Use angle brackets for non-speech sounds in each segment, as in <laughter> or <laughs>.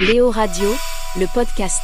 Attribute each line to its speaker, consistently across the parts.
Speaker 1: Léo Radio, le podcast.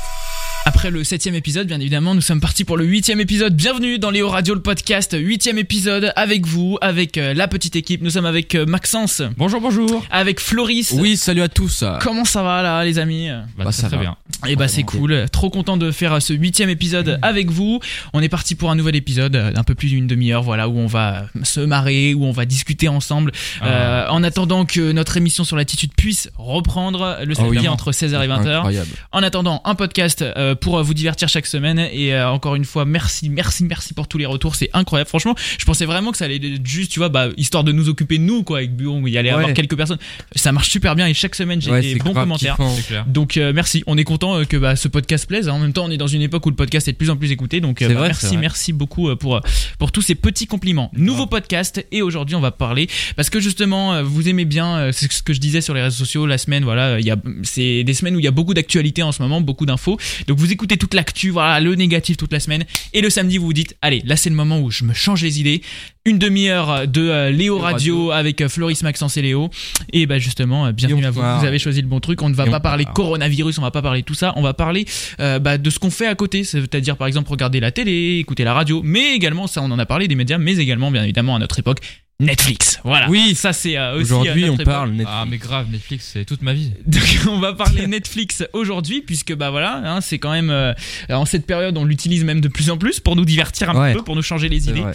Speaker 2: Après le septième épisode, bien évidemment, nous sommes partis pour le huitième épisode. Bienvenue dans Léo Radio, le podcast. Huitième épisode avec vous, avec euh, la petite équipe. Nous sommes avec euh, Maxence,
Speaker 3: Bonjour, bonjour.
Speaker 2: avec Floris.
Speaker 3: Oui, salut à tous.
Speaker 2: Comment ça va là, les amis
Speaker 3: Bah, ça va.
Speaker 2: Bah, bien. Et bah c'est cool. Trop content de faire euh, ce huitième
Speaker 3: Mm.
Speaker 2: épisode avec vous. On est parti pour un nouvel épisode, euh, un peu plus d'une demi-heure, voilà, où on va euh, se marrer, où on va discuter ensemble.
Speaker 3: Ah.
Speaker 2: Euh, en attendant que notre émission sur l'attitude puisse reprendre le samedi
Speaker 3: Ah évidemment.
Speaker 2: entre 16h et 20h.
Speaker 3: Incroyable.
Speaker 2: En attendant, un podcast euh, pour euh, vous divertir chaque semaine. Et euh, encore une fois, merci, merci, merci pour tous les retours. C'est incroyable. Franchement, je pensais vraiment que ça allait être juste, tu vois, bah, histoire de nous occuper de nous, quoi, avec Buon, il y allait
Speaker 3: Ouais.
Speaker 2: avoir quelques personnes. Ça marche super bien et chaque semaine, j'ai
Speaker 3: Ouais,
Speaker 2: des
Speaker 3: c'est
Speaker 2: bons
Speaker 3: grave
Speaker 2: commentaires.
Speaker 3: kiffant.
Speaker 2: Donc euh, merci, on est content euh, que bah, ce podcast plaise. hein. En même temps, on est dans une époque où le podcast est de plus en plus écouté. Donc euh,
Speaker 3: C'est
Speaker 2: bah,
Speaker 3: vrai,
Speaker 2: merci,
Speaker 3: c'est vrai.
Speaker 2: merci beaucoup euh, pour, euh, pour tous ces petits compliments. Nouveau podcast et aujourd'hui on va parler parce que justement euh, vous aimez bien euh, c'est ce que je disais sur les réseaux sociaux la semaine. Voilà, euh, il y a c'est des semaines où il y a beaucoup d'actualités en ce moment, beaucoup d'infos. Donc vous écoutez toute l'actu, voilà le négatif toute la semaine et le samedi vous vous dites allez là c'est le moment où je me change les idées. Une demi-heure de euh, Léo
Speaker 3: Léo Radio.
Speaker 2: Radio avec euh, Floris Maxence et Léo. Et bah justement, euh, bienvenue
Speaker 3: Et on
Speaker 2: à vous.
Speaker 3: part.
Speaker 2: Vous avez choisi le bon truc. On ne va
Speaker 3: Et
Speaker 2: pas
Speaker 3: on
Speaker 2: parler
Speaker 3: part.
Speaker 2: coronavirus, on va pas parler tout ça. On va parler euh, bah, de ce qu'on fait à côté, c'est-à-dire par exemple regarder la télé, écouter la radio, mais également, ça on en a parlé des médias, mais également bien évidemment à notre époque, Netflix. Voilà.
Speaker 3: Oui.
Speaker 2: Ça c'est euh, aussi.
Speaker 3: Aujourd'hui,
Speaker 2: à
Speaker 3: on
Speaker 2: notre époque.
Speaker 3: parle Netflix.
Speaker 4: Ah mais grave, Netflix, c'est toute ma vie.
Speaker 2: <laughs> Donc on va parler <laughs> Netflix aujourd'hui puisque bah voilà hein, c'est quand même euh, en cette période on l'utilise même de plus en plus pour nous divertir un
Speaker 3: Ouais.
Speaker 2: petit peu pour nous changer les
Speaker 3: C'est
Speaker 2: idées
Speaker 3: vrai.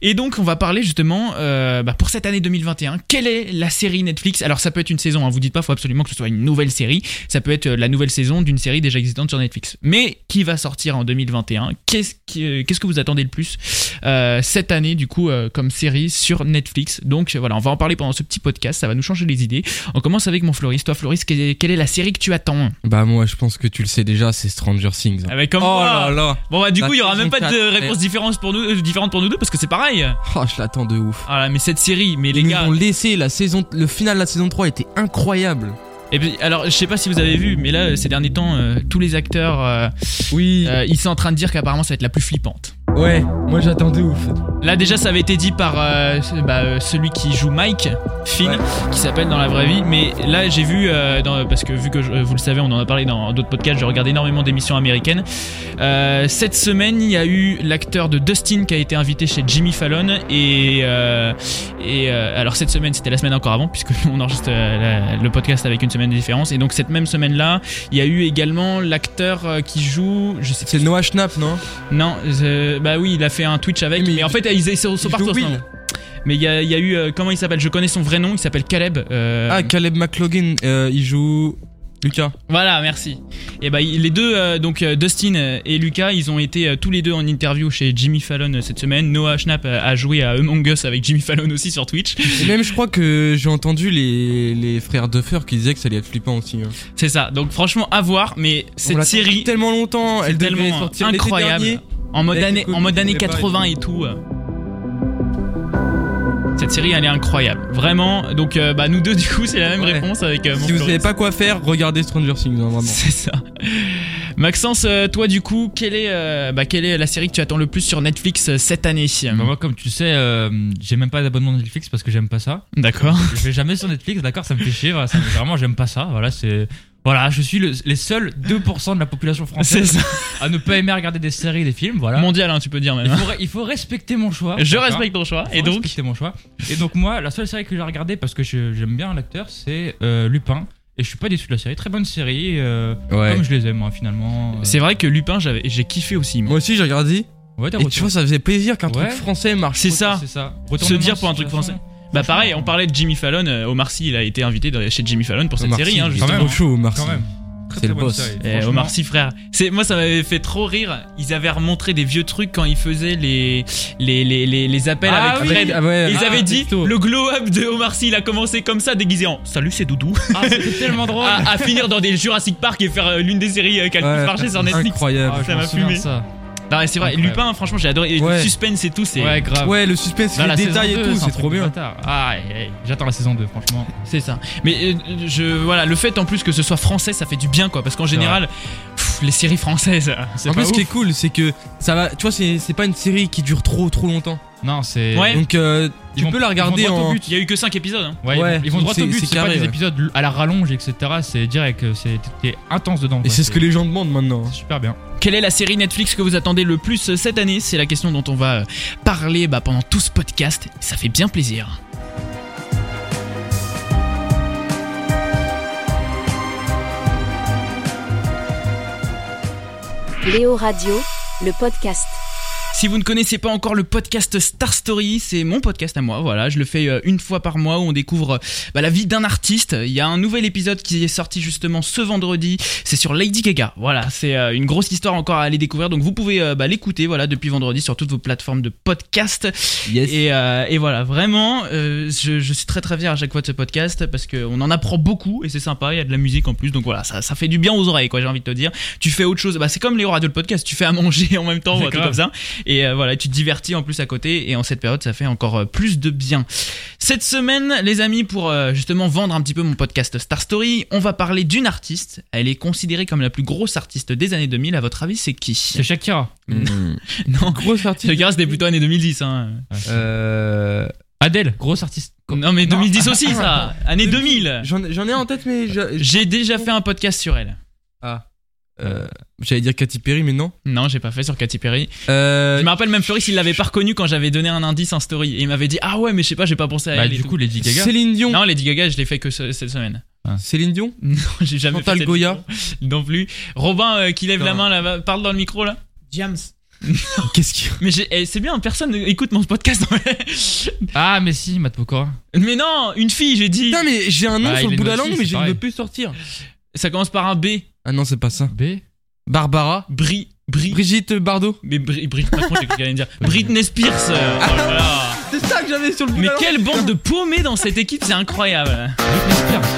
Speaker 2: et donc, on va parler justement euh, bah, pour cette année 2021. Quelle est la série Netflix Alors, ça peut être une saison. Hein, vous dites pas, faut absolument que ce soit une nouvelle série. Ça peut être euh, la nouvelle saison d'une série déjà existante sur Netflix. Mais qui va sortir en 2021 Qu'est-ce qui, euh, qu'est-ce que vous attendez le plus euh, cette année, du coup, euh, comme série sur Netflix Donc euh, voilà, on va en parler pendant ce petit podcast. Ça va nous changer les idées. On commence avec mon Floris. Toi, Floris, quelle est, quelle est la série que tu attends
Speaker 3: Bah moi, je pense que tu le sais déjà, c'est Stranger Things.
Speaker 2: Avec Ah, comme
Speaker 3: oh
Speaker 2: moi.
Speaker 3: là là.
Speaker 2: Bon bah du
Speaker 3: La
Speaker 2: coup, il y aura
Speaker 3: saison
Speaker 2: même pas de
Speaker 3: quatre,
Speaker 2: réponse différente pour nous, euh, différente pour nous deux parce que c'est pareil.
Speaker 3: Oh, je l'attends de ouf.
Speaker 2: Ah là, mais cette série, mais les
Speaker 3: Ils nous
Speaker 2: gars.
Speaker 3: ont laissé la saison, le final de la saison 3 était incroyable.
Speaker 2: Et puis, alors, je sais pas si vous avez vu, mais là, euh, ces derniers temps, euh, tous les acteurs, euh,
Speaker 3: Oui.
Speaker 2: euh, ils sont en train de dire qu'apparemment, ça va être la plus flippante.
Speaker 3: Ouais. Moi, j'attends de ouf.
Speaker 2: Là, déjà, ça avait été dit par euh, ce- bah, euh, celui qui joue Mike, Finn,
Speaker 3: Ouais.
Speaker 2: qui s'appelle dans la vraie vie. Mais là, j'ai vu, euh, dans- parce que vu que je- euh, vous le savez, on en a parlé dans d'autres podcasts, je regarde énormément d'émissions américaines. Euh, cette semaine, il y a eu l'acteur de Dustin qui a été invité chez Jimmy Fallon. Et, euh, et euh, alors, cette semaine, c'était la semaine encore avant, puisque nous, on enregistre euh, la- le podcast avec une semaine de différence. Et donc, cette même semaine-là, il y a eu également l'acteur euh, qui joue, je sais
Speaker 3: C'est Noah Schnapp, non
Speaker 2: non, euh, bah oui, il a fait un Twitch avec. Mais,
Speaker 3: Mais
Speaker 2: en fait, ils ils sont, sont
Speaker 3: Il joue
Speaker 2: partis au
Speaker 3: Will.
Speaker 2: stand. Mais il y, a- il y a eu. euh, comment il s'appelle Je connais son vrai nom, il s'appelle Caleb. euh,
Speaker 3: Ah, Caleb McLaughlin, euh, il joue Lucas.
Speaker 2: Voilà, merci. Et bah, il- les deux, euh, donc euh, Dustin euh, et Lucas, ils ont été euh, tous les deux en interview chez Jimmy Fallon euh, cette semaine. Noah Schnapp euh, a joué à Among Us avec Jimmy Fallon aussi sur Twitch.
Speaker 3: Et même, je crois que j'ai entendu les, les frères Duffer qui disaient que ça allait être flippant aussi. hein.
Speaker 2: C'est ça. Donc, franchement, à voir. Mais
Speaker 3: On
Speaker 2: cette
Speaker 3: l'attend
Speaker 2: série,
Speaker 3: tellement longtemps, elle devait
Speaker 2: tellement
Speaker 3: sortir l'été
Speaker 2: incroyable.
Speaker 3: dernier.
Speaker 2: En mode,
Speaker 3: Avec le
Speaker 2: année, en
Speaker 3: Covid,
Speaker 2: mode
Speaker 3: on
Speaker 2: années
Speaker 3: savait pas et
Speaker 2: 80 et tout. euh. Cette série, elle est incroyable. Vraiment. Donc, euh, bah, nous deux, du coup, c'est la même
Speaker 3: Ouais.
Speaker 2: réponse avec euh, mon
Speaker 3: Si vous
Speaker 2: Floris. <laughs>
Speaker 3: savez pas quoi faire, regardez Stranger Things, hein, vraiment.
Speaker 2: C'est ça. Maxence, euh, toi, du coup, quelle est, euh, bah, quelle est la série que tu attends le plus sur Netflix euh, cette année
Speaker 4: Bah, moi comme tu sais, euh, j'ai même pas d'abonnement Netflix parce que j'aime pas ça.
Speaker 2: D'accord.
Speaker 4: Je vais jamais sur Netflix, d'accord, ça me fait chier, voilà, ça me- vraiment j'aime pas ça. Voilà, c'est voilà, je suis le- les seuls 2% de la population
Speaker 2: <laughs> C'est
Speaker 4: française
Speaker 2: ça.
Speaker 4: à ne pas aimer regarder des séries, des films, voilà.
Speaker 2: Mondial, hein, tu peux dire même.
Speaker 4: Il
Speaker 2: hein.
Speaker 4: faut, re- il faut respecter mon choix.
Speaker 2: Je
Speaker 4: d'accord
Speaker 2: respecte ton choix.
Speaker 4: Faut
Speaker 2: Et donc,
Speaker 4: respecter mon choix. Et donc moi, la seule série que j'ai regardée parce que je- j'aime bien l'acteur, c'est euh, Lupin. Et je suis pas déçu de la série, très bonne série, euh,
Speaker 3: Ouais.
Speaker 4: comme je les aime hein, finalement. Euh,
Speaker 2: c'est vrai que Lupin, j'avais, j'ai kiffé aussi. moi.
Speaker 3: Moi aussi, j'ai regardé.
Speaker 4: ouais, t'as
Speaker 3: Et
Speaker 4: retenu.
Speaker 3: tu vois, ça faisait plaisir qu'un
Speaker 4: Ouais.
Speaker 3: truc français marche.
Speaker 2: C'est ça.
Speaker 4: C'est ça.
Speaker 2: Se dire pour un truc
Speaker 4: français.
Speaker 2: Bah pareil, on parlait de Jimmy Fallon. euh, Omar Sy, il a été invité dans- chez Jimmy Fallon pour cette
Speaker 3: Omar
Speaker 2: série,
Speaker 3: Sy,
Speaker 2: hein,
Speaker 3: il est
Speaker 4: quand
Speaker 2: justement.
Speaker 4: même,
Speaker 3: trop chaud, Omar
Speaker 4: Quand
Speaker 3: Sy.
Speaker 4: même.
Speaker 3: C'est le boss.
Speaker 2: Eh, Omar Sy frère, c'est moi ça m'avait fait trop rire. Ils avaient remontré des vieux trucs quand ils faisaient les les les, les, les appels
Speaker 4: Ah
Speaker 2: avec
Speaker 4: oui.
Speaker 2: Fred.
Speaker 3: ah ouais,
Speaker 2: Ils
Speaker 3: ah,
Speaker 2: avaient dit
Speaker 3: texto.
Speaker 2: le glow up de Omar Sy, il a commencé comme ça déguisé en salut c'est Doudou.
Speaker 4: Ah,
Speaker 3: <laughs>
Speaker 4: c'était tellement
Speaker 3: Oh.
Speaker 4: drôle.
Speaker 2: à, à finir dans des Jurassic Park et faire euh, l'une des séries euh, qui a le plus
Speaker 3: Ouais,
Speaker 2: marché sur Netflix. Ah,
Speaker 3: Incroyable.
Speaker 4: Ah,
Speaker 2: ça m'a fumé.
Speaker 4: Ça.
Speaker 2: Non, mais c'est vrai,
Speaker 4: Incroyable.
Speaker 2: Lupin, franchement, j'ai adoré. Et Le
Speaker 3: Ouais.
Speaker 2: suspense et tout, c'est.
Speaker 4: Ouais, grave.
Speaker 3: Ouais, le suspense,
Speaker 4: Dans
Speaker 3: les
Speaker 4: la saison
Speaker 3: détails et
Speaker 4: 2,
Speaker 3: tout,
Speaker 4: un
Speaker 3: c'est
Speaker 4: truc
Speaker 3: trop
Speaker 4: de
Speaker 3: bien.
Speaker 4: bâtard. Ah, aïe, aïe, j'attends la saison 2, franchement.
Speaker 2: C'est ça. Mais euh, je voilà, le fait en plus que ce soit français, ça fait du bien quoi, parce qu'en général, pff, les séries françaises, c'est
Speaker 3: En
Speaker 2: pas
Speaker 3: plus, ce qui est
Speaker 2: ouf.
Speaker 3: cool, c'est que ça va. Tu vois, c'est c'est pas une série qui dure trop trop longtemps.
Speaker 4: Non, c'est.
Speaker 2: Ouais.
Speaker 3: Donc euh, tu
Speaker 4: vont-
Speaker 3: peux la
Speaker 4: ils vont
Speaker 3: regarder
Speaker 4: droit au
Speaker 3: en.
Speaker 4: but.
Speaker 2: Il y a eu que 5 épisodes. hein.
Speaker 4: Ouais, ils
Speaker 3: Ouais,
Speaker 4: vont- ils vont droit
Speaker 3: c'est-
Speaker 4: au but,
Speaker 3: c'est
Speaker 4: c'est pas
Speaker 3: carré,
Speaker 4: des
Speaker 3: ouais.
Speaker 4: épisodes à la rallonge, etc. C'est direct, euh, c'est t'es intense dedans.
Speaker 3: Et
Speaker 4: quoi.
Speaker 3: c'est ce que les gens demandent maintenant. hein.
Speaker 4: C'est super bien.
Speaker 2: Quelle est la série Netflix que vous attendez le plus euh, cette année C'est la question dont on va euh, parler bah, pendant tout ce podcast. Ça fait bien plaisir.
Speaker 1: Léo Radio, le podcast.
Speaker 2: Si vous ne connaissez pas encore le podcast Star Story, c'est mon podcast à moi. Voilà, je le fais euh, une fois par mois où on découvre euh, bah, la vie d'un artiste. Il y a un nouvel épisode qui est sorti justement ce vendredi. C'est sur Lady Gaga. Voilà, c'est euh, une grosse histoire encore à aller découvrir. Donc vous pouvez euh, bah, l'écouter voilà depuis vendredi sur toutes vos plateformes de podcast. Et, euh, et voilà, vraiment, euh, je, je suis très très fier à chaque fois de ce podcast parce qu'on en apprend beaucoup et c'est sympa, il y a de la musique en plus, donc voilà, ça, ça fait du bien aux oreilles, quoi, j'ai envie de te dire. Tu fais autre chose, bah, c'est comme les radios de podcast, tu fais à manger en même temps, ou un
Speaker 4: C'est
Speaker 2: truc comme
Speaker 4: grave.
Speaker 2: ça, et euh, voilà, tu te divertis en plus à côté, et en cette période, ça fait encore euh, plus de bien. Cette semaine, les amis, pour euh, justement vendre un petit peu mon podcast Star Story, on va parler d'une artiste, elle est considérée comme la plus grosse artiste des années 2000, à votre avis, c'est qui
Speaker 4: C'est Shakira.
Speaker 3: Mmh.
Speaker 2: <laughs>
Speaker 4: <laughs>
Speaker 2: Non,
Speaker 3: <laughs> Grosse
Speaker 2: le
Speaker 3: artiste.
Speaker 2: Mm. gars, c'était plutôt années 2010, hein.
Speaker 3: Euh,
Speaker 4: Adèle, grosse artiste.
Speaker 2: Non mais
Speaker 4: Non.
Speaker 2: 2010 aussi ça, année 2000.
Speaker 3: J'en j'en ai en tête, mais. je- je-
Speaker 2: J'ai déjà fait un podcast sur elle.
Speaker 3: Ah. Euh, J'allais dire Katy Perry, mais non.
Speaker 2: Non, j'ai pas fait sur Katy Perry.
Speaker 3: Euh,
Speaker 2: je me rappelle même Floris, il l'avait pas reconnue quand j'avais donné un indice en story et il m'avait dit "Ah ouais, mais je sais pas, j'ai pas pensé à
Speaker 4: Bah,
Speaker 2: elle." et
Speaker 4: du
Speaker 2: tout.
Speaker 4: coup, Lady Gaga.
Speaker 3: Céline Dion.
Speaker 2: non, Lady Gaga, je l'ai fait que ce- cette semaine. <laughs>
Speaker 3: Céline Dion.
Speaker 2: Non, j'ai jamais
Speaker 3: Chantal
Speaker 2: fait cette
Speaker 3: Goya.
Speaker 2: émission. Non plus. Robin euh, qui lève
Speaker 3: Putain.
Speaker 2: la main là, parle dans le micro là. James.
Speaker 3: Qu'est-ce qu'il y a
Speaker 2: Mais j'ai- eh, c'est bien, personne écoute mon podcast.
Speaker 4: Ah, mais si, Matt Pokora.
Speaker 2: <laughs> mais non, une fille, j'ai dit.
Speaker 3: Putain, mais j'ai un nom
Speaker 4: Bah,
Speaker 3: sur
Speaker 4: il
Speaker 3: le
Speaker 4: est
Speaker 3: bout de la
Speaker 4: notice,
Speaker 3: langue, mais
Speaker 4: c'est
Speaker 3: je ne
Speaker 4: pareil.
Speaker 3: peux plus sortir.
Speaker 2: Ça commence par un B.
Speaker 3: Ah non, c'est pas ça.
Speaker 4: B.
Speaker 3: Barbara.
Speaker 2: Bri, Bri.
Speaker 3: Brigitte Bardot.
Speaker 2: Mais Bri, Bri, franchement, j'ai cru qu'elle allait me dire. Britney Spears. euh, oh là là.
Speaker 3: C'est ça que j'avais sur le
Speaker 2: Mais quelle bande de paumés dans cette équipe, c'est incroyable.
Speaker 4: Britney Spears.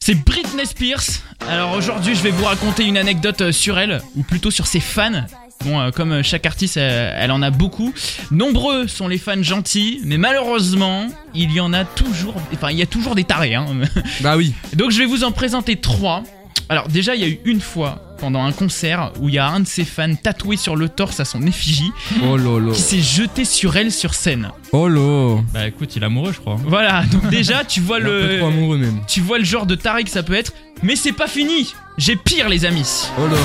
Speaker 2: C'est Britney Spears. Alors aujourd'hui, je vais vous raconter une anecdote euh, sur elle, ou plutôt sur ses fans. Bon, euh, comme euh, chaque artiste, euh, elle en a beaucoup. Nombreux sont les fans gentils, mais malheureusement, il y en a toujours. Enfin, il y a toujours des tarés. hein. <laughs>
Speaker 3: Bah oui.
Speaker 2: Donc je vais vous en présenter trois. Alors déjà, il y a eu une fois pendant un concert où il y a un de ses fans tatoué sur le torse à son effigie
Speaker 3: Oh lolo.
Speaker 2: qui s'est jeté sur elle sur scène.
Speaker 3: Oh lolo.
Speaker 4: Bah écoute, il est amoureux, je crois.
Speaker 2: Voilà. Donc déjà, tu vois
Speaker 3: Un peu
Speaker 2: le
Speaker 3: trop amoureux même.
Speaker 2: tu vois le genre de taré que ça peut être. Mais c'est pas fini J'ai pire, les amis
Speaker 3: Oh là.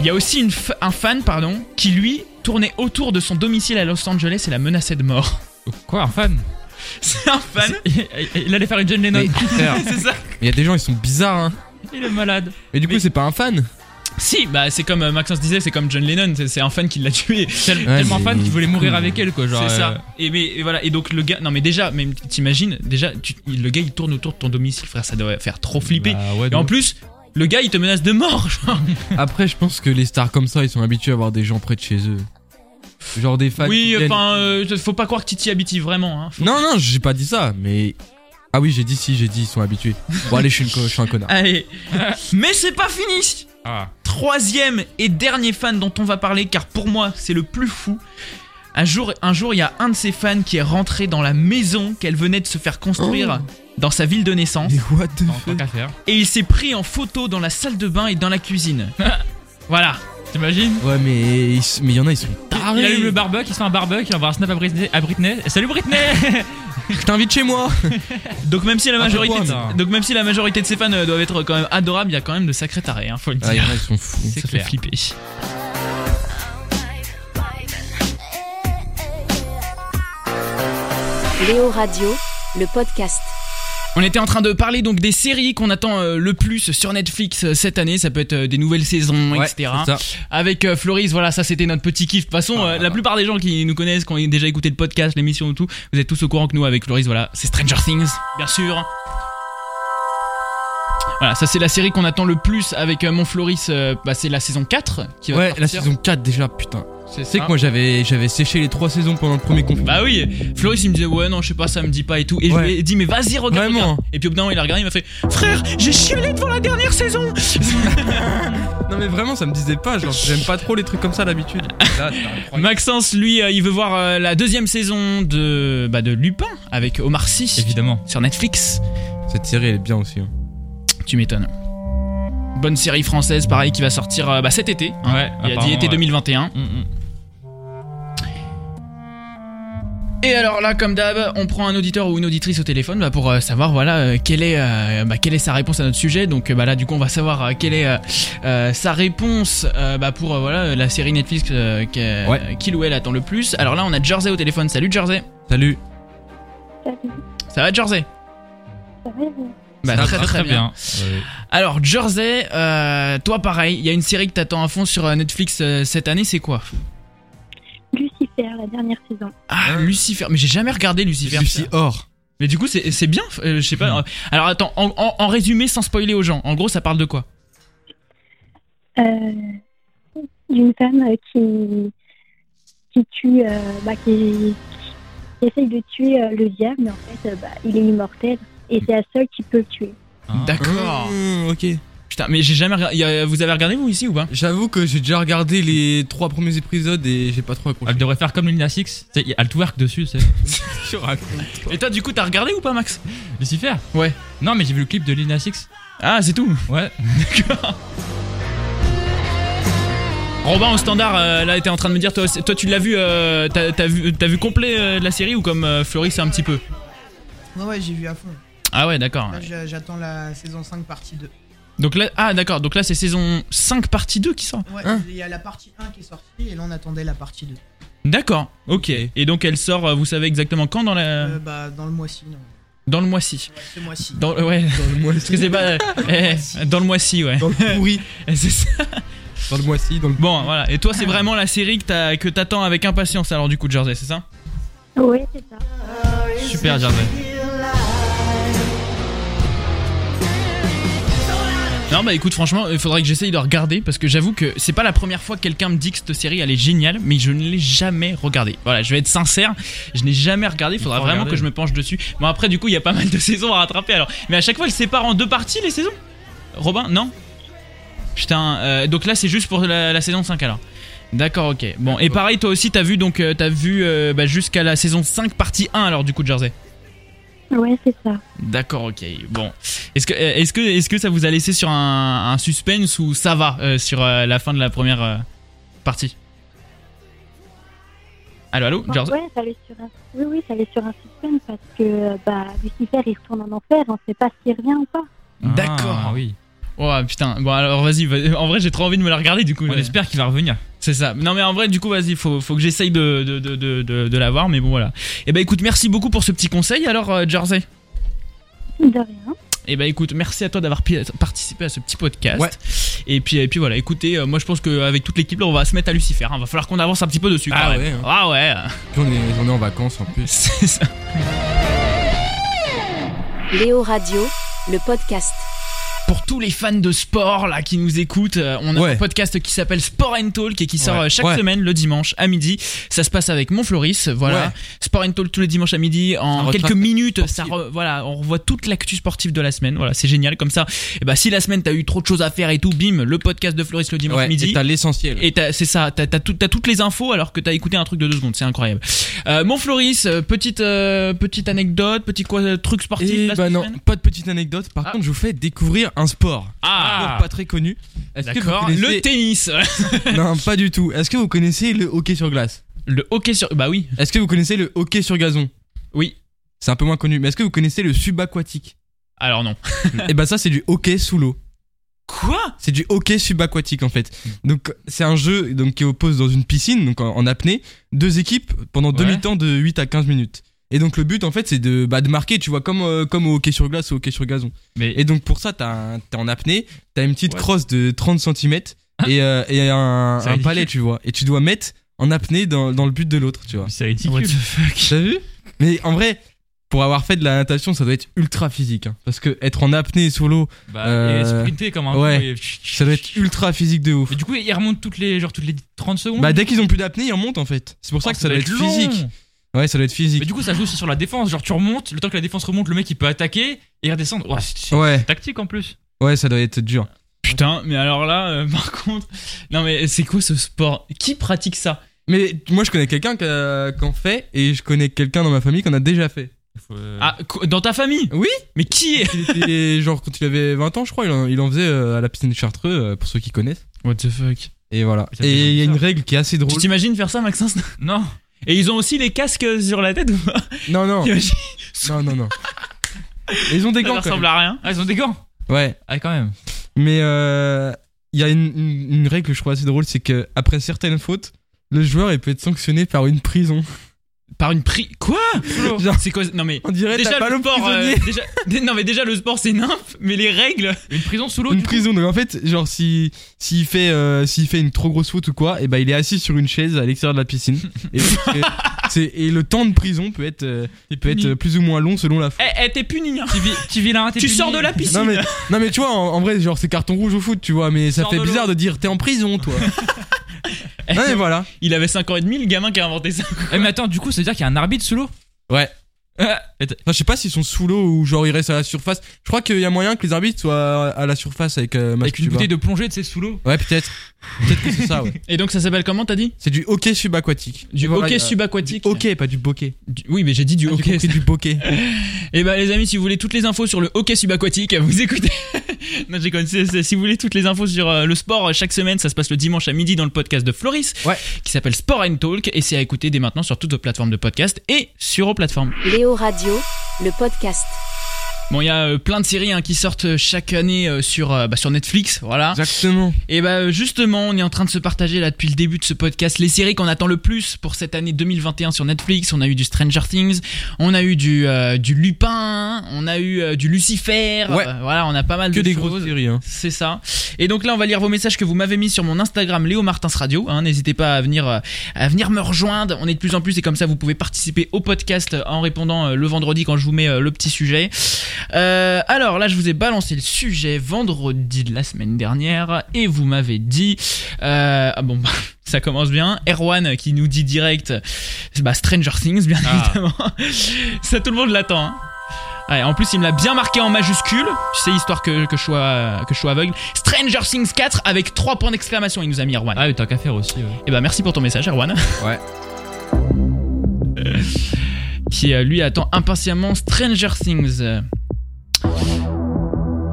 Speaker 2: Il y a aussi une f- un fan, pardon, qui lui tournait autour de son domicile à Los Angeles et la menaçait de mort. <laughs>
Speaker 4: Quoi, un fan
Speaker 2: C'est un fan
Speaker 4: Il allait faire une John Lennon.
Speaker 3: Mais frère,
Speaker 2: <laughs> C'est ça
Speaker 3: il y a des gens, ils sont bizarres. Hein.
Speaker 4: Il est malade.
Speaker 3: Mais du coup,
Speaker 2: Mais-
Speaker 3: c'est pas un fan.
Speaker 2: Si, bah c'est comme euh, Maxence disait, c'est comme John Lennon, c'est- c'est un fan qui l'a tué.
Speaker 4: Tel-
Speaker 3: Ouais,
Speaker 4: tellement
Speaker 3: mais-
Speaker 4: fan qu'il voulait mourir avec elle, quoi. genre,
Speaker 2: c'est
Speaker 4: euh,
Speaker 2: ça. Et, mais, et voilà, et donc le gars, non mais déjà, même t'imagines, déjà, tu- il- le gars il tourne autour de ton domicile, frère, ça doit faire trop flipper.
Speaker 4: bah, ouais,
Speaker 2: et en plus, le gars il te menace de mort, <laughs> genre.
Speaker 3: Après, je pense que les stars comme ça, ils sont habitués à avoir des gens près de chez eux. Genre des fans. qui
Speaker 2: Oui,
Speaker 3: viennent-
Speaker 2: enfin, euh, faut pas croire que Titi habite vraiment,
Speaker 3: <laughs>
Speaker 2: hein.
Speaker 3: Non, non, j'ai pas dit ça, mais. Ah oui, j'ai dit si, j'ai dit, ils sont habitués. Bon, allez, je suis, une co- je suis un connard.
Speaker 2: Allez. <laughs> Mais c'est pas fini.
Speaker 4: Ah,
Speaker 2: Troisième et dernier fan dont on va parler, car pour moi c'est le plus fou. Un jour, un jour, il y a un de ses fans qui est rentré dans la maison qu'elle venait de se faire construire
Speaker 3: Oh.
Speaker 2: dans sa ville de
Speaker 4: Ah.
Speaker 2: naissance,
Speaker 3: Mais what the
Speaker 4: tant tant qu'à faire.
Speaker 2: et il s'est pris en photo dans la salle de bain et dans la
Speaker 3: <laughs>
Speaker 2: cuisine. voilà.
Speaker 4: T'imagines
Speaker 3: Ouais, mais il s- mais il y en a, ils sont tarés.
Speaker 4: Il allume le barbecue, il se fait un barbecue, il envoie un snap à Britney. À Britney.
Speaker 3: <laughs>
Speaker 4: Salut Britney
Speaker 3: Je t'invite chez moi.
Speaker 2: Donc même si la majorité,
Speaker 3: Ah, pourquoi,
Speaker 4: non
Speaker 2: donc même si la majorité de ses fans euh, doivent être quand même adorables, il y a quand même de sacrés tarés, hein, faut le
Speaker 3: Ah, il y
Speaker 2: dire.
Speaker 3: en a, ils sont fous.
Speaker 2: Ça fait
Speaker 4: clair.
Speaker 2: flipper.
Speaker 1: Léo Radio, le podcast.
Speaker 2: On était en train de parler donc des séries qu'on attend euh, le plus sur Netflix euh, cette année. Ça peut être euh, des nouvelles saisons,
Speaker 3: Ouais,
Speaker 2: etc.
Speaker 3: c'est ça.
Speaker 2: Avec euh, Floris, voilà, ça c'était notre petit kiff. De toute façon, euh, la plupart des gens qui nous connaissent, qui ont déjà écouté le podcast, l'émission et tout, vous êtes tous au courant que nous, avec Floris, voilà, c'est Stranger Things, bien sûr. Voilà, ça c'est la série qu'on attend le plus avec euh, mon Floris, euh, bah, c'est la saison 4 qui va
Speaker 3: Ouais, la
Speaker 2: sortir. Ah.
Speaker 3: saison 4 déjà, putain.
Speaker 2: c'est
Speaker 3: Tu sais
Speaker 2: ça.
Speaker 3: que moi j'avais j'avais séché les trois saisons pendant le premier confinement.
Speaker 2: Bah oui, Floris il me disait ouais non je sais pas ça me dit pas et tout et je
Speaker 3: Ouais.
Speaker 2: lui ai dit mais vas-y regarde,
Speaker 3: Vraiment.
Speaker 2: regarde. et puis au bout d'un moment il a regardé il m'a fait frère j'ai chialé devant la dernière saison
Speaker 3: Non mais vraiment ça me disait pas, genre j'aime pas trop les trucs comme ça d'habitude.
Speaker 2: <laughs>
Speaker 3: Là, t'as un
Speaker 2: Maxence lui euh, il veut voir euh, la deuxième saison de bah de Lupin avec Omar Sy
Speaker 4: Évidemment.
Speaker 2: sur Netflix
Speaker 3: Cette série elle est bien aussi. hein.
Speaker 2: tu m'étonnes bonne série française pareil qui va sortir euh, bah, cet été hein.
Speaker 4: Ouais,
Speaker 2: il a dit
Speaker 4: apparemment,
Speaker 2: été
Speaker 4: ouais.
Speaker 2: 2021
Speaker 4: Mm, mm.
Speaker 2: Et alors là, comme d'hab, on prend un auditeur ou une auditrice au téléphone bah, pour euh, savoir voilà euh, quelle est euh, bah, quelle est sa réponse à notre sujet. Donc euh, bah, là, du coup, on va savoir euh, quelle est euh, euh, sa réponse euh, bah, pour euh, voilà euh, la série Netflix euh, que-
Speaker 3: Ouais.
Speaker 2: qu'il ou elle attend le plus. Alors là, on a Jersey au téléphone. Salut Jersey.
Speaker 3: Salut.
Speaker 2: Ça va Jersey
Speaker 5: euh,
Speaker 2: Bah,
Speaker 3: Ça
Speaker 2: très,
Speaker 3: va,
Speaker 2: très bien. Alors Jersey, euh, toi pareil, il y a une série que t'attends à fond sur euh, Netflix euh, cette année, c'est quoi
Speaker 5: Lucifer, la dernière saison.
Speaker 2: Ah Lucifer, mais j'ai jamais regardé Lucifer.
Speaker 3: Lucie Or. Hmm.
Speaker 2: Mais du coup, c'est c'est bien, euh, je sais pas. euh, Alors attends, en, en- en résumé, sans spoiler aux gens, en gros, ça parle de quoi
Speaker 5: Euh, D'une femme euh, qui, qui tue, euh, bah, qui, qui essaye de tuer euh, le diable, mais en fait, euh, bah, il est immortel et c'est la seule qui peut le tuer.
Speaker 3: Ah.
Speaker 2: D'accord.
Speaker 3: Mmh, ok.
Speaker 2: Putain, mais j'ai jamais regardé. y a- Vous avez regardé vous ici ou pas
Speaker 3: J'avoue que j'ai déjà regardé les trois premiers épisodes et j'ai pas trop accroché.
Speaker 4: Elle devrait faire comme Lina Six, tu sais, il y a Altwerk dessus, tu sais.
Speaker 3: <laughs> tu racontes.
Speaker 2: Ah, Et toi, du coup, t'as regardé ou pas, Max
Speaker 4: Lucifer
Speaker 2: Ouais.
Speaker 4: Non, mais j'ai vu le clip de Lina Six.
Speaker 2: Ah, c'est tout.
Speaker 4: Ouais.
Speaker 2: Robin au standard, euh, là, était en train de me dire, toi, aussi- toi tu l'as vu, euh, t'as t'as vu, t'as vu complet euh, de la série ou comme euh, Floris c'est un petit peu
Speaker 6: Ouais, ouais, j'ai vu à fond.
Speaker 2: Ah ouais, d'accord.
Speaker 6: Là, j'a- j'attends la saison 5, partie 2.
Speaker 2: Donc là, ah d'accord, donc là c'est saison 5 partie 2 qui sort.
Speaker 6: Ouais,
Speaker 3: Hein
Speaker 6: il y a la partie 1 qui est sortie et là, on attendait la partie 2.
Speaker 2: D'accord, ok. Et donc elle sort, euh, vous savez exactement quand dans la,
Speaker 6: Euh, bah, dans le mois-ci, non.
Speaker 2: dans le mois-ci.
Speaker 6: Ouais, ce mois-ci.
Speaker 2: Hein Dans, ouais.
Speaker 3: Dans le
Speaker 2: Parce que
Speaker 3: mois-ci.
Speaker 2: c'est pas euh, eh, dans le mois-ci, ouais.
Speaker 3: Dans le pourri.
Speaker 2: <laughs> C'est ça.
Speaker 3: Dans le mois-ci. Dans le...
Speaker 2: Bon, voilà. Et toi, c'est vraiment la série que t'as- que t'attends avec impatience, alors du coup, Jersey, c'est ça
Speaker 5: Oui, c'est ça.
Speaker 4: Super, Jersey.
Speaker 2: Non, bah écoute, franchement, il faudrait que j'essaye de regarder parce que j'avoue que c'est pas la première fois que quelqu'un me dit que cette série elle est géniale, mais je ne l'ai jamais regardée. Voilà, je vais être sincère, je n'ai jamais regardé. Il faudra
Speaker 4: faut
Speaker 2: vraiment
Speaker 4: regarder.
Speaker 2: que je me penche dessus. Bon, après, du coup, il y a pas mal de <laughs> saisons à rattraper alors. Mais à chaque fois, elle sépare en deux parties les saisons Robin, non Putain, euh, donc là, c'est juste pour la, la saison 5 alors. D'accord, ok. Bon, et pareil, toi aussi, t'as vu donc euh, t'as vu euh, bah, jusqu'à la saison 5 partie 1 alors du coup, Jersey.
Speaker 5: Ouais, c'est ça.
Speaker 2: D'accord, ok. Bon, est-ce que euh, est-ce que est-ce que ça vous a laissé sur un, un suspense ou ça va euh, sur euh, la fin de la première euh, partie Allô, allô, George
Speaker 5: Ouais, ça allait sur un... Oui, oui, ça allait sur un système parce que bah, Lucifer, il retourne en enfer, on sait pas s'il revient ou pas.
Speaker 2: D'accord.
Speaker 4: Ah, oui.
Speaker 2: Oh putain. Bon alors vas-y. va- En vrai, j'ai trop envie de me la regarder du coup.
Speaker 4: On espère qu'il va revenir.
Speaker 2: C'est ça. Non mais en vrai, du coup, vas-y, faut faut que j'essaye de de de de, de, de la voir. Mais bon voilà. Eh ben écoute, merci beaucoup pour ce petit conseil. Alors, euh, Jersey.
Speaker 5: De rien.
Speaker 2: Eh ben écoute, merci à toi d'avoir pi- participé à ce petit podcast.
Speaker 3: Ouais.
Speaker 2: Et puis et puis voilà, écoutez, euh, moi je pense qu'avec toute l'équipe là, on va se mettre à Lucifer. hein. Va falloir qu'on avance un petit peu dessus.
Speaker 3: Ah
Speaker 2: quand même.
Speaker 3: ouais, hein.
Speaker 2: Ah ouais. <laughs>
Speaker 3: Puis on est, on est en vacances en plus.
Speaker 2: C'est ça.
Speaker 1: Léo Radio, le podcast.
Speaker 2: Pour tous les fans de sport là qui nous écoutent, euh, on a
Speaker 3: Ouais.
Speaker 2: un podcast qui s'appelle Sport and Talk et qui sort
Speaker 3: Ouais.
Speaker 2: euh, chaque
Speaker 3: Ouais.
Speaker 2: semaine le dimanche à midi. Ça se passe avec mon Floris, voilà.
Speaker 3: Ouais.
Speaker 2: Sport and Talk tous les dimanches à midi en
Speaker 3: retrace
Speaker 2: quelques minutes, ça
Speaker 3: sportive.
Speaker 2: re- voilà, on revoit toute l'actu sportive de la semaine. Voilà, c'est génial comme ça. Et bah si la semaine t'as eu trop de choses à faire et tout, bim, le podcast de Floris le dimanche
Speaker 3: Ouais,
Speaker 2: midi.
Speaker 3: et t'as l'essentiel.
Speaker 2: Et t'as- c'est ça, t'as t'as tout- t'as toutes les infos alors que t'as écouté un truc de deux secondes, c'est incroyable. Euh, mon Floris, euh, petite euh, petite anecdote, petit quoi, euh, truc sportif.
Speaker 3: Et
Speaker 2: là,
Speaker 3: bah
Speaker 2: cette
Speaker 3: non,
Speaker 2: semaine
Speaker 3: pas de petite anecdote. Par
Speaker 2: Ah.
Speaker 3: contre, je vous fais découvrir un sport. Un
Speaker 2: Ah,
Speaker 3: sport pas très connu. Est-ce que vous
Speaker 2: d'accord. Le
Speaker 3: connaissez-
Speaker 2: tennis, <laughs>
Speaker 3: non, pas du tout. Est-ce que vous connaissez le hockey sur glace
Speaker 2: le hockey sur, bah oui,
Speaker 3: Est-ce que vous connaissez le hockey sur gazon
Speaker 2: Oui.
Speaker 3: C'est un peu moins connu. Mais est-ce que vous connaissez le subaquatique
Speaker 2: alors non.
Speaker 3: <laughs> Et bah ça, c'est du hockey sous l'eau.
Speaker 2: Quoi
Speaker 3: C'est du hockey subaquatique en fait. Donc c'est un jeu donc, qui oppose dans une piscine, donc en, en apnée, deux équipes pendant
Speaker 4: Ouais.
Speaker 3: demi-temps de 8 à 15 minutes. Et donc le but en fait c'est de, bah, de marquer, tu vois, comme, euh, comme au hockey sur glace ou au hockey sur gazon.
Speaker 4: Mais
Speaker 3: Et donc pour ça t'as un- t'es en apnée, t'as une petite crosse de 30 cm et, euh, et un,
Speaker 4: Ah. C'est
Speaker 3: un
Speaker 4: ridicule.
Speaker 3: palet, tu vois. Et tu dois mettre en apnée dans, dans le but de l'autre, tu vois.
Speaker 4: c'est ridicule.
Speaker 3: T'as vu Mais en vrai, pour avoir fait de la natation ça doit être ultra physique. hein. parce que être en apnée sous l'eau,
Speaker 4: Bah,
Speaker 3: Euh,
Speaker 4: Et sprinter comme un
Speaker 3: ouais.
Speaker 4: coup et-
Speaker 3: ça doit être ultra physique de ouf.
Speaker 4: Et du coup, il remonte toutes les, genre, toutes les 30 secondes.
Speaker 3: Bah dès qu'ils ont plus d'apnée, ils remontent en fait. C'est pour ça
Speaker 4: Oh,
Speaker 3: que ça doit être
Speaker 4: long.
Speaker 3: physique. Ouais, ça doit être physique.
Speaker 4: Mais du coup, ça joue aussi sur la défense. Genre, tu remontes, le temps que la défense remonte, le mec il peut attaquer et redescendre. Oh, c'est c'est
Speaker 3: Ouais,
Speaker 4: tactique en plus.
Speaker 3: ouais, ça doit être dur.
Speaker 2: Putain, mais alors là, euh, <laughs> par contre, non mais c'est quoi ce sport Qui pratique ça
Speaker 3: Mais moi, je connais quelqu'un qui a- qui en fait et je connais quelqu'un dans ma famille qui en a déjà fait.
Speaker 4: Faut, euh,
Speaker 2: Ah, quoi, dans ta famille
Speaker 3: Oui.
Speaker 2: Mais qui est
Speaker 3: Il était, genre, quand il avait 20 ans, je crois, il en, il en faisait euh, à la piscine de Chartreux, euh, pour ceux qui connaissent.
Speaker 2: What the fuck
Speaker 3: Et voilà.
Speaker 4: Ça fait
Speaker 3: Et il y a une
Speaker 4: bizarre.
Speaker 3: règle qui est assez
Speaker 2: Tu
Speaker 3: drôle.
Speaker 2: t'imagines faire ça, Maxence <laughs>
Speaker 4: Non,
Speaker 2: Et ils ont aussi les casques sur la tête ou pas
Speaker 3: Non,
Speaker 4: <laughs>
Speaker 3: non,
Speaker 2: T'imagines
Speaker 3: non, non, non. Ils ont des
Speaker 2: Ça
Speaker 3: gants. quand
Speaker 2: ressemble à rien.
Speaker 4: Ah, ils ont des gants
Speaker 3: même. Ouais,
Speaker 4: Ah, quand même.
Speaker 3: mais euh, il y a une, une- une règle que je trouve assez drôle, c'est que après certaines fautes, le joueur il peut être sanctionné par une prison.
Speaker 2: Par une prix. Quoi
Speaker 3: Genre-
Speaker 2: C'est quoi Non mais.
Speaker 3: On dirait
Speaker 2: Déjà
Speaker 3: t'as pas
Speaker 2: le
Speaker 3: le
Speaker 2: sport, euh,
Speaker 3: prisonnier.
Speaker 2: déjà, <laughs> dé- non mais déjà le sport c'est nymphe, mais les règles.
Speaker 4: Une prison sous l'eau
Speaker 3: une
Speaker 4: du coup
Speaker 3: prison. Donc en fait, genre si s'il fait euh, s'il fait une trop grosse faute ou quoi, et ben il est assis sur une chaise à l'extérieur de la piscine. et, c'est- c'est- et le temps de prison peut être euh,
Speaker 4: T'es
Speaker 3: peut être
Speaker 4: puni.
Speaker 3: euh, plus ou moins long selon la faute.
Speaker 2: Eh, eh, t'es puni. hein.
Speaker 4: Petit vi- petit vilain, t'es
Speaker 2: Tu
Speaker 4: puni.
Speaker 2: sors de la piscine.
Speaker 3: Non mais, non mais tu vois en, en vrai genre c'est carton rouge au foot tu vois mais ça
Speaker 4: Sors
Speaker 3: fait
Speaker 4: de
Speaker 3: bizarre
Speaker 4: l'eau.
Speaker 3: de dire t'es en prison toi. non mais voilà.
Speaker 2: Il avait 5 ans et demi le gamin qui a inventé ça.
Speaker 4: Eh, mais attends, du coup, ça veut dire qu'il y a un arbitre sous l'eau
Speaker 3: Ouais. Enfin, je sais pas s'ils sont sous l'eau ou genre ils restent à la surface. Je crois qu'il y a moyen que les arbitres soient à la surface avec euh, match,
Speaker 4: Avec une
Speaker 3: tu vois.
Speaker 4: bouteille de plongée, tu sais, sous l'eau.
Speaker 3: Ouais peut-être. Peut-être que c'est ça
Speaker 2: <laughs>
Speaker 3: ouais.
Speaker 2: Et donc ça s'appelle comment t'as dit
Speaker 3: C'est du hockey subaquatique.
Speaker 2: Du
Speaker 3: Voilà,
Speaker 2: hockey
Speaker 3: euh,
Speaker 2: subaquatique.
Speaker 3: Hockey pas du bokeh.
Speaker 2: Du- Oui mais j'ai dit du
Speaker 3: Ah, j'ai
Speaker 2: hockey.
Speaker 3: compris, du <laughs> bokeh.
Speaker 2: Et bah les amis, si vous voulez toutes les infos sur le hockey subaquatique, vous écoutez. <laughs> non, j'ai connu. c'est- c'est- Si vous voulez toutes les infos sur euh, le sport, euh, chaque semaine, ça se passe le dimanche à midi dans le podcast de Floris,
Speaker 3: Ouais.
Speaker 2: qui s'appelle Sport and Talk, et c'est à écouter dès maintenant sur toutes vos plateformes de podcast et sur vos plateformes.
Speaker 1: Léo Radio, le podcast.
Speaker 2: Bon, il y a euh, plein de séries hein, qui sortent chaque année euh, sur euh, bah, sur Netflix, voilà.
Speaker 3: Exactement.
Speaker 2: Et bah euh, justement, on est en train de se partager là depuis le début de ce podcast les séries qu'on attend le plus pour cette année 2021 sur Netflix. On a eu du Stranger Things, on a eu du euh, du Lupin, on a eu euh, du Lucifer.
Speaker 3: Ouais.
Speaker 2: Euh, voilà, on a pas mal
Speaker 3: Que
Speaker 2: de
Speaker 3: des
Speaker 2: choses.
Speaker 3: grosses séries. Hein.
Speaker 2: C'est ça. Et donc là, on va lire vos messages que vous m'avez mis sur mon Instagram Léo Martins Radio. hein. N'hésitez pas à venir, euh, à venir me rejoindre. On est de plus en plus et comme ça, vous pouvez participer au podcast euh, en répondant euh, le vendredi quand je vous mets euh, le petit sujet. Euh, alors là, je vous ai balancé le sujet vendredi de la semaine dernière et vous m'avez dit. euh, ah bon, bah, <laughs> ça commence bien. Erwan qui nous dit direct bah, Stranger Things, bien
Speaker 4: Ah.
Speaker 2: évidemment. <laughs> ça, tout le monde l'attend. hein. Ouais, en plus, il me l'a bien marqué en majuscule. Tu sais, histoire que, que, je sois, que je sois aveugle. Stranger Things 4 avec 3 points d'exclamation, il nous a mis Erwan.
Speaker 4: Ah, mais t'as qu'à faire aussi, ouais.
Speaker 2: Et bah, merci pour ton message, Erwan.
Speaker 3: Ouais.
Speaker 2: Euh, Qui, euh, lui, attend impatiemment Stranger Things.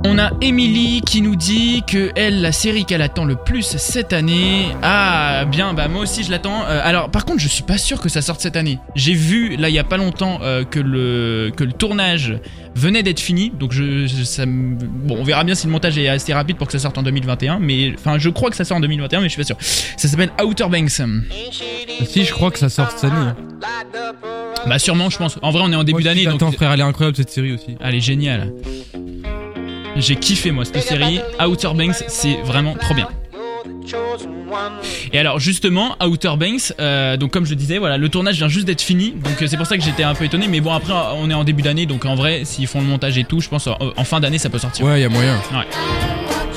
Speaker 2: On a Emily qui nous dit que elle, la série qu'elle attend le plus cette année. Ah bien, bah moi aussi je l'attends. Euh, alors par contre, je suis pas sûr que ça sorte cette année. J'ai vu là il y a pas longtemps euh, que le que le tournage venait d'être fini, donc je, je- ça me- bon on verra bien si le montage est assez rapide pour que ça sorte en 2021. Mais enfin je crois que ça sort en 2021, mais je suis pas sûr. Ça s'appelle Outer Banks.
Speaker 3: Bah, Si, je crois que ça sort cette année. hein.
Speaker 2: Bah sûrement je pense. En vrai on est en début
Speaker 3: Moi,
Speaker 2: d'année donc
Speaker 3: Attends, frère, elle est incroyable cette série aussi.
Speaker 2: Elle est géniale. J'ai kiffé moi cette série. Outer Banks, c'est vraiment trop bien. Et alors justement, Outer Banks, euh, donc comme je le disais, voilà, le tournage vient juste d'être fini, donc euh, c'est pour ça que j'étais un peu étonné. Mais bon, après on est en début d'année, donc en vrai, s'ils font le montage et tout, je pense en, en fin d'année ça peut sortir.
Speaker 3: Ouais, y a moyen.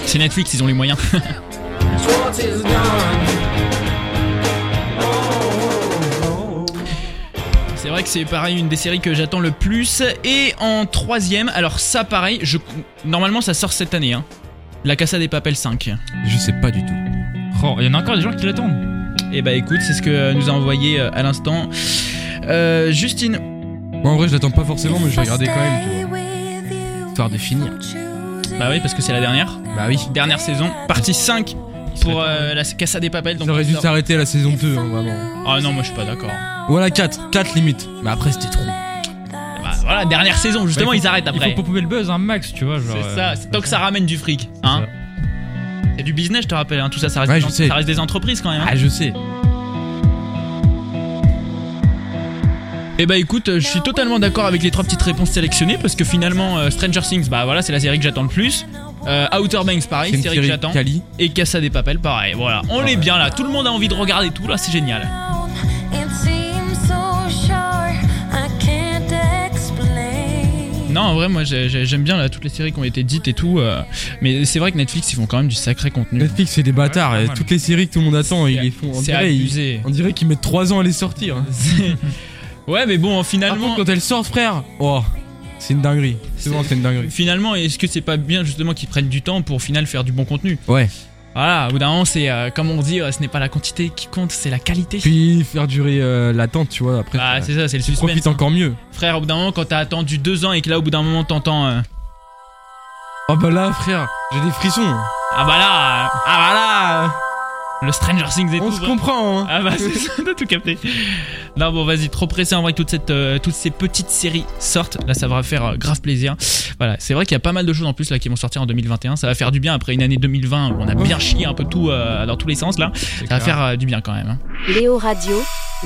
Speaker 2: C'est Netflix, ils ont les moyens. <laughs> C'est vrai que c'est pareil une des séries que j'attends le plus. Et en troisième, alors ça pareil, je... normalement ça sort cette année. Hein. La Casa des Papels 5.
Speaker 3: Je sais pas du tout.
Speaker 4: Oh, il y en a encore des gens qui l'attendent.
Speaker 2: Et bah écoute, c'est ce que nous a envoyé euh, à l'instant euh, Justine.
Speaker 3: Moi, en vrai, je l'attends pas forcément, mais je vais regarder quand même. tu vois.
Speaker 7: Histoire de finir.
Speaker 2: Bah oui, parce que c'est la dernière.
Speaker 3: Bah oui.
Speaker 2: Dernière saison, partie 5 pour euh, la Casa des Papels.
Speaker 3: J'aurais dû
Speaker 2: ça.
Speaker 3: s'arrêter à la saison 2, hein, vraiment.
Speaker 2: Ah non, moi je suis pas d'accord.
Speaker 3: Voilà, 4. 4 limites. Mais après, c'était trop.
Speaker 2: Bah, voilà, dernière saison, justement,
Speaker 4: Bah, il faut-
Speaker 2: ils arrêtent après.
Speaker 4: Il faut pomper le buzz, un max, tu vois. genre,
Speaker 2: C'est
Speaker 4: euh,
Speaker 2: ça, c'est tant que ça ramène du fric, hein. C'est du business, je te rappelle, hein. tout ça, ça reste,
Speaker 3: Ouais,
Speaker 2: des,
Speaker 3: je sais.
Speaker 2: ça reste des entreprises quand même. hein.
Speaker 3: Ah, je sais.
Speaker 2: Eh bah écoute, euh, je suis totalement d'accord avec les trois petites réponses sélectionnées parce que finalement, euh, Stranger Things, bah voilà, c'est la série que j'attends le plus. Euh, Outer Banks, pareil, série, que j'attends.
Speaker 3: Cali.
Speaker 2: Et Casa des Papels, pareil. Voilà, on est bien là, tout le monde a envie de regarder tout là, c'est génial. Non, en vrai, moi j'ai- j'ai- j'aime bien là, toutes les séries qui ont été dites et tout. euh, mais c'est vrai que Netflix, ils font quand même du sacré contenu.
Speaker 3: Netflix, c'est des bâtards.
Speaker 4: pas
Speaker 3: et
Speaker 4: mal.
Speaker 3: Toutes les séries que tout le monde attend, ils les font. On
Speaker 2: C'est
Speaker 3: dirait, ils-
Speaker 2: abusé.
Speaker 3: on dirait qu'ils mettent 3 ans à les <laughs> sortir.
Speaker 2: Ouais, mais bon,
Speaker 3: Par
Speaker 2: finalement.
Speaker 3: contre, quand elles sortent, frère. Oh, c'est une dinguerie. C'est bon, c'est une dinguerie.
Speaker 2: Finalement, est-ce que c'est pas bien justement qu'ils prennent du temps pour au final faire du bon contenu
Speaker 3: Ouais.
Speaker 2: Voilà, au bout d'un moment, c'est euh, comme on dit, euh, ce n'est pas la quantité qui compte, c'est la qualité.
Speaker 3: Puis faire durer euh, l'attente, tu vois. Après,
Speaker 2: ah,
Speaker 3: ça
Speaker 2: c'est hein. ça, c'est le suspense.
Speaker 3: profite encore mieux.
Speaker 2: Frère, au bout d'un moment, quand t'as attendu deux ans et que là, au bout d'un moment, t'entends. euh,
Speaker 3: Oh bah là, frère, j'ai des frissons.
Speaker 2: ah bah là euh,
Speaker 3: Ah bah là
Speaker 2: Le Stranger Things et
Speaker 3: On
Speaker 2: tout.
Speaker 3: se
Speaker 2: vraiment.
Speaker 3: comprend, hein.
Speaker 2: Ah bah c'est ça, t'as tout capté. Non bon vas-y, trop pressé en vrai que toute cette, euh, toutes ces petites séries sortent. Là ça va faire euh, grave plaisir. Voilà, c'est vrai qu'il y a pas mal de choses en plus là qui vont sortir en 2021. Ça va faire du bien après une année 2020 où on a bien chié un peu tout euh, dans tous les sens là. Ça va faire euh, du bien quand même. hein.
Speaker 1: Léo Radio,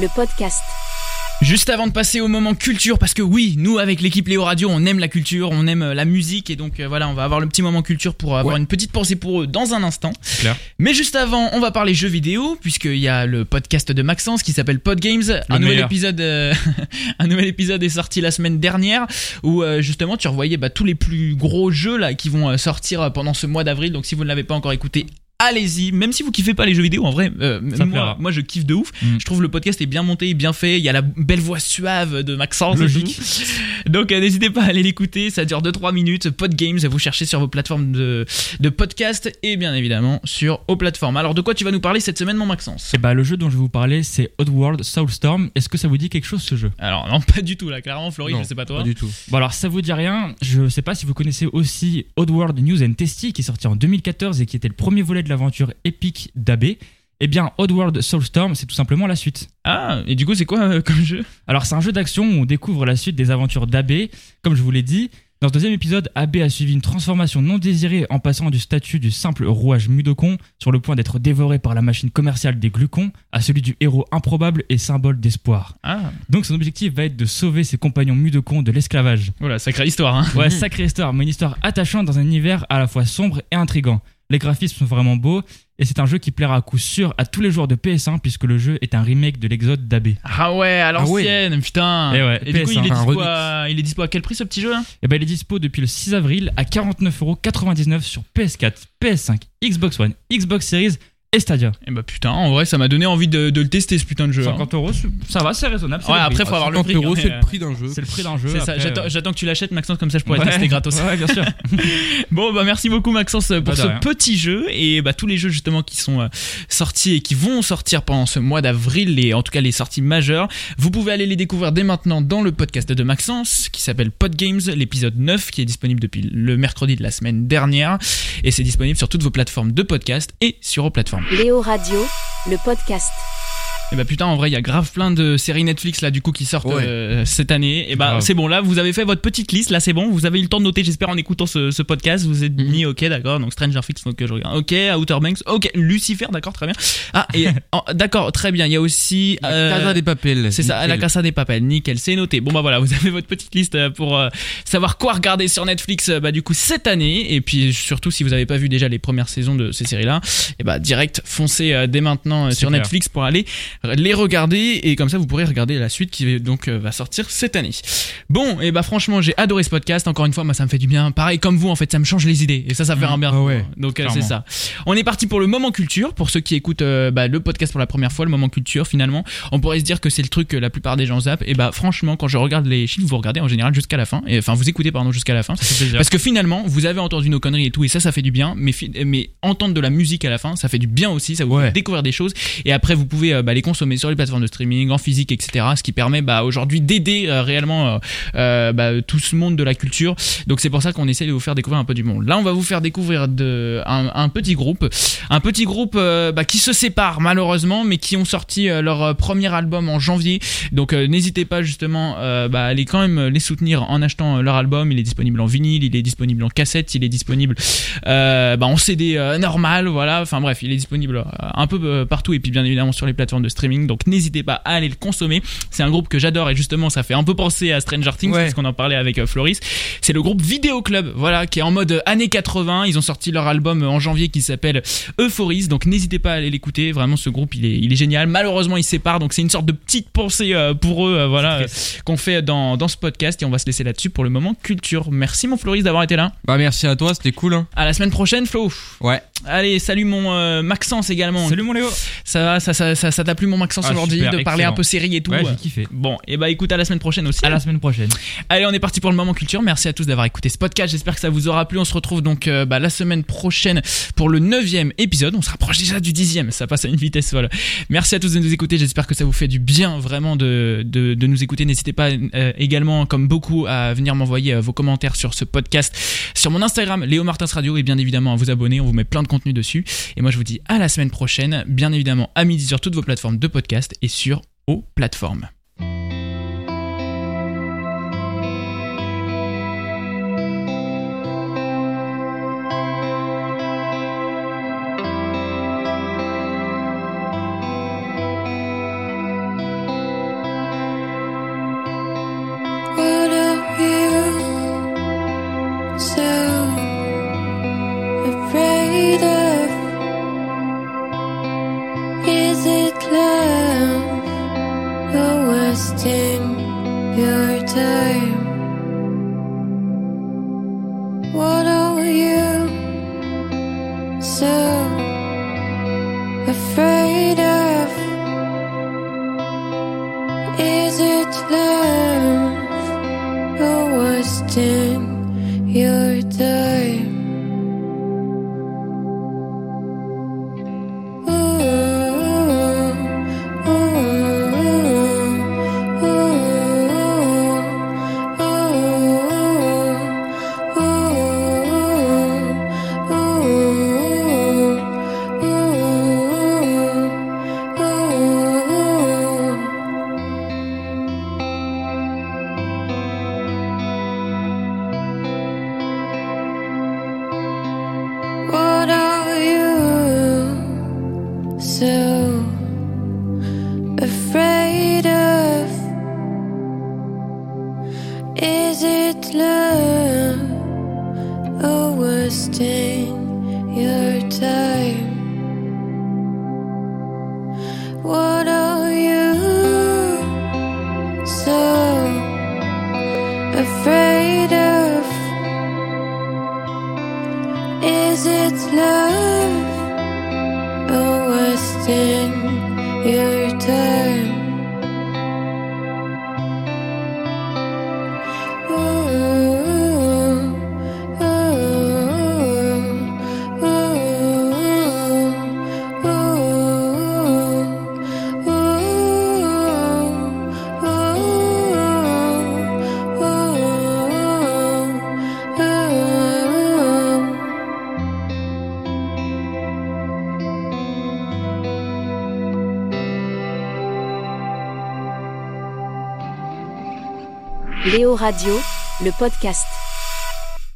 Speaker 1: le podcast.
Speaker 2: Juste avant de passer au moment culture, parce que oui, nous avec l'équipe Léo Radio, on aime la culture, on aime euh, la musique, et donc euh, voilà, on va avoir le petit moment culture pour avoir une petite pensée pour eux dans un instant.
Speaker 4: clair.
Speaker 2: Mais juste avant, on va parler jeux vidéo, puisqu'il y a le podcast de Maxence qui s'appelle Podgames. Un nouvel,
Speaker 4: meilleur.
Speaker 2: épisode, euh, <laughs> un nouvel épisode est sorti la semaine dernière, où euh, justement tu revoyais bah, tous les plus gros jeux là qui vont euh, sortir euh, pendant ce mois d'avril, donc si vous ne l'avez pas encore écouté... Allez-y, même si vous kiffez pas les jeux vidéo, en vrai, euh,
Speaker 4: Ça
Speaker 2: moi,
Speaker 4: plaira.
Speaker 2: moi je kiffe de ouf. Je trouve le podcast est bien monté, bien fait. Il y a la belle voix suave de Maxence. et
Speaker 4: Logique.
Speaker 2: tout. Donc euh, n'hésitez pas à aller l'écouter. Ça dure 2-3 minutes. Podgames, vous cherchez sur vos plateformes de, de podcast et bien évidemment sur aux plateformes. Alors de quoi tu vas nous parler cette semaine, mon Maxence
Speaker 4: Et bah, le jeu dont je vais vous parler, c'est Oddworld Soulstorm. Est-ce que ça vous dit quelque chose ce jeu
Speaker 2: Alors non, pas du tout là. Clairement, Florie,
Speaker 3: Non,
Speaker 2: je sais pas toi.
Speaker 3: Pas du tout.
Speaker 4: Bon, alors ça vous dit rien, je sais pas si vous connaissez aussi Oddworld News and Testy qui est sorti en 2014 et qui était le premier volet de l'aventure épique d'Abbé. Eh bien, Oddworld Soulstorm, c'est tout simplement la suite.
Speaker 2: Ah, et du coup, c'est quoi euh, comme jeu
Speaker 4: Alors c'est un jeu d'action où on découvre la suite des aventures d'Abbé. Comme je vous l'ai dit, dans le deuxième épisode, Abbé a suivi une transformation non désirée en passant du statut du simple rouage mudokon, sur le point d'être dévoré par la machine commerciale des glucons, à celui du héros improbable et symbole d'espoir.
Speaker 2: Ah,
Speaker 4: Donc son objectif va être de sauver ses compagnons mudokons de l'esclavage.
Speaker 2: voilà, sacrée histoire. Hein.
Speaker 4: Ouais, sacrée histoire, mais une histoire attachante dans un univers à la fois sombre et intrigant. Les graphismes sont vraiment beaux, et c'est un jeu qui plaira à coup sûr à tous les joueurs de PS1 puisque le jeu est un remake de l'exode d'Abbé.
Speaker 2: Ah ouais, à
Speaker 3: Ah ouais.
Speaker 2: l'ancienne, putain.
Speaker 4: Eh ouais,
Speaker 2: et du coup,
Speaker 4: PS1,
Speaker 2: il est,
Speaker 4: un
Speaker 2: dispo
Speaker 4: remix.
Speaker 2: à, il est dispo à quel prix ce petit jeu hein
Speaker 4: Eh ben, il est dispo depuis le 6 avril à 49,99€ sur PS4, PS5, Xbox One, Xbox Series et Stadia.
Speaker 2: Eh bah putain, en vrai, ça m'a donné envie de, de le tester ce putain de jeu. hein.
Speaker 4: 50€, ça va, c'est raisonnable. c'est
Speaker 2: Ouais,
Speaker 4: le
Speaker 2: après,
Speaker 4: prix.
Speaker 2: faut avoir le
Speaker 3: 50
Speaker 2: prix.
Speaker 3: euros,
Speaker 2: hein,
Speaker 3: c'est
Speaker 2: mais,
Speaker 3: le prix d'un jeu.
Speaker 4: C'est le prix d'un jeu.
Speaker 2: C'est ça,
Speaker 4: après,
Speaker 2: j'attends,
Speaker 4: euh,
Speaker 2: j'attends que tu l'achètes Maxence comme ça je pourrais
Speaker 4: ouais.
Speaker 2: tester gratos.
Speaker 4: <laughs> Ouais, bien
Speaker 2: <laughs>
Speaker 4: sûr.
Speaker 2: Bon bah merci beaucoup Maxence pour
Speaker 4: Pas de
Speaker 2: ce
Speaker 4: rien.
Speaker 2: petit jeu et bah tous les jeux justement qui sont euh, sortis et qui vont sortir pendant ce mois d'avril et en tout cas les sorties majeures, vous pouvez aller les découvrir dès maintenant dans le podcast de Maxence qui s'appelle Podgames, l'épisode 9 qui est disponible depuis le mercredi de la semaine dernière et c'est disponible sur toutes vos plateformes de podcast et sur vos plateformes.
Speaker 1: Léo Radio, le podcast.
Speaker 2: Et bah putain, en vrai, il y a grave plein de séries Netflix là du coup qui sortent
Speaker 3: Ouais.
Speaker 2: euh, cette année. Et bah
Speaker 4: Grave.
Speaker 2: c'est bon, là vous avez fait votre petite liste, là c'est bon, vous avez eu le temps de noter, j'espère en écoutant ce, ce podcast, vous êtes mis ok d'accord, donc Stranger Things donc que je regarde, ok Outer Banks, ok Lucifer d'accord très bien. Ah et <laughs> en- d'accord très bien, il y a aussi euh,
Speaker 3: Casa des Papel.
Speaker 2: c'est ça, à la
Speaker 3: Nickel.
Speaker 2: Casa des Papel, nickel, c'est noté. Bon bah voilà, vous avez votre petite liste euh, pour euh, savoir quoi regarder sur Netflix euh, bah du coup cette année et puis surtout si vous n'avez pas vu déjà les premières saisons de ces séries-là, et bah direct foncez euh, dès maintenant euh,
Speaker 4: C'est
Speaker 2: sur
Speaker 4: clair.
Speaker 2: Netflix pour aller les regarder et comme ça vous pourrez regarder la suite qui donc euh, va sortir cette année. Bon, et bah franchement, j'ai adoré ce podcast, encore une fois, moi ça me fait du bien. Pareil comme vous en fait, ça me change les idées et ça ça fait
Speaker 4: Mmh,
Speaker 2: un bien.
Speaker 3: ah
Speaker 2: fou,
Speaker 3: ouais,
Speaker 2: hein. donc euh, c'est
Speaker 4: clairement.
Speaker 2: ça. On est parti pour le moment culture pour ceux qui écoutent euh, bah, le podcast pour la première fois, le moment culture finalement on pourrait se dire que c'est le truc que la plupart des gens zappent. Et bah franchement, quand je regarde les chiffres, vous regardez en général jusqu'à la fin. Et, enfin, vous écoutez pardon jusqu'à la fin.
Speaker 4: Ça fait plaisir.
Speaker 2: Parce que finalement, vous avez entendu nos conneries et tout, et ça, ça fait du bien. Mais, fi- mais entendre de la musique à la fin, ça fait du bien aussi. Ça vous
Speaker 3: Ouais.
Speaker 2: fait découvrir des choses. Et après, vous pouvez euh, bah, les consommer sur les plateformes de streaming, en physique, etc. Ce qui permet bah, aujourd'hui d'aider euh, réellement euh, euh, bah, tout ce monde de la culture. Donc c'est pour ça qu'on essaie de vous faire découvrir un peu du monde. Là, on va vous faire découvrir de, un, un petit groupe, un petit groupe euh, bah, qui se sépare malheureusement, mais qui ont sorti euh, leur euh, premier album en janvier. Donc euh, n'hésitez pas justement euh, bah, à aller quand même les soutenir en achetant euh, leur album. Il est disponible en vinyle, il est disponible en cassette, il est disponible euh, bah, en CD euh, normal, voilà. Enfin bref, il est disponible euh, un peu euh, partout et puis bien évidemment sur les plateformes de streaming. Donc n'hésitez pas à aller le consommer. C'est un groupe que j'adore et justement ça fait un peu penser à Stranger Things
Speaker 3: Ouais.
Speaker 2: parce qu'on en parlait avec euh, Floris. C'est le groupe Vidéo Club, voilà, qui est en mode euh, années 80. Ils ont sorti leur album euh, en janvier qui s'appelle Euphoris. Donc n'hésitez pas à aller l'écouter. Vraiment, ce groupe il est, il est génial. Malheureusement, ils se séparent. Donc c'est une sorte de petite pensée euh, pour eux, euh, voilà, euh, qu'on fait dans, dans ce podcast et on va se laisser là-dessus pour le moment culture. Merci mon Floris d'avoir été là.
Speaker 3: Bah, merci à toi, c'était cool, hein.
Speaker 2: À la semaine prochaine, Flo.
Speaker 3: Ouais.
Speaker 2: Allez, salut mon euh, Maxence également.
Speaker 4: Salut mon Léo.
Speaker 2: Ça va, ça, ça, ça, ça t'a plu mon Maxence
Speaker 4: Ah,
Speaker 2: aujourd'hui de
Speaker 4: super,
Speaker 2: parler
Speaker 4: excellent.
Speaker 2: un peu série et tout. euh?
Speaker 4: Ouais, j'ai kiffé.
Speaker 2: Bon, et bah écoute, à la semaine prochaine aussi.
Speaker 4: euh. À la semaine prochaine.
Speaker 2: Allez, on est parti pour le moment culture. Merci à tous d'avoir écouté ce podcast. J'espère que ça vous aura plu. On se retrouve donc euh, bah, la semaine prochaine pour le 9 épisode. On se rapproche déjà du 10 Ça passe à une vitesse folle. Merci à tous de nous écouter. J'espère que ça vous fait du bien vraiment de, de, de nous écouter. N'hésitez pas euh, également, comme beaucoup, à venir m'envoyer euh, vos commentaires sur ce podcast, sur mon Instagram, Léo Martins Radio, et bien évidemment à vous abonner. On vous met plein de contenu dessus. Et moi, je vous dis à la semaine prochaine, bien évidemment à midi sur toutes vos plateformes de podcast et sur aux plateformes.
Speaker 7: What are you so afraid of? Is it love or wasting your time? What are you so afraid of? Is it love? or wasting your time. Ooh, ooh, ooh, ooh, ooh, ooh, ooh, ooh. What are you so afraid of? Is it love or wasting your time? What are you so afraid of? Is it love or wasting your time? Ooh, ooh, ooh, ooh, ooh, ooh, ooh, ooh.
Speaker 1: Léo Radio, le podcast.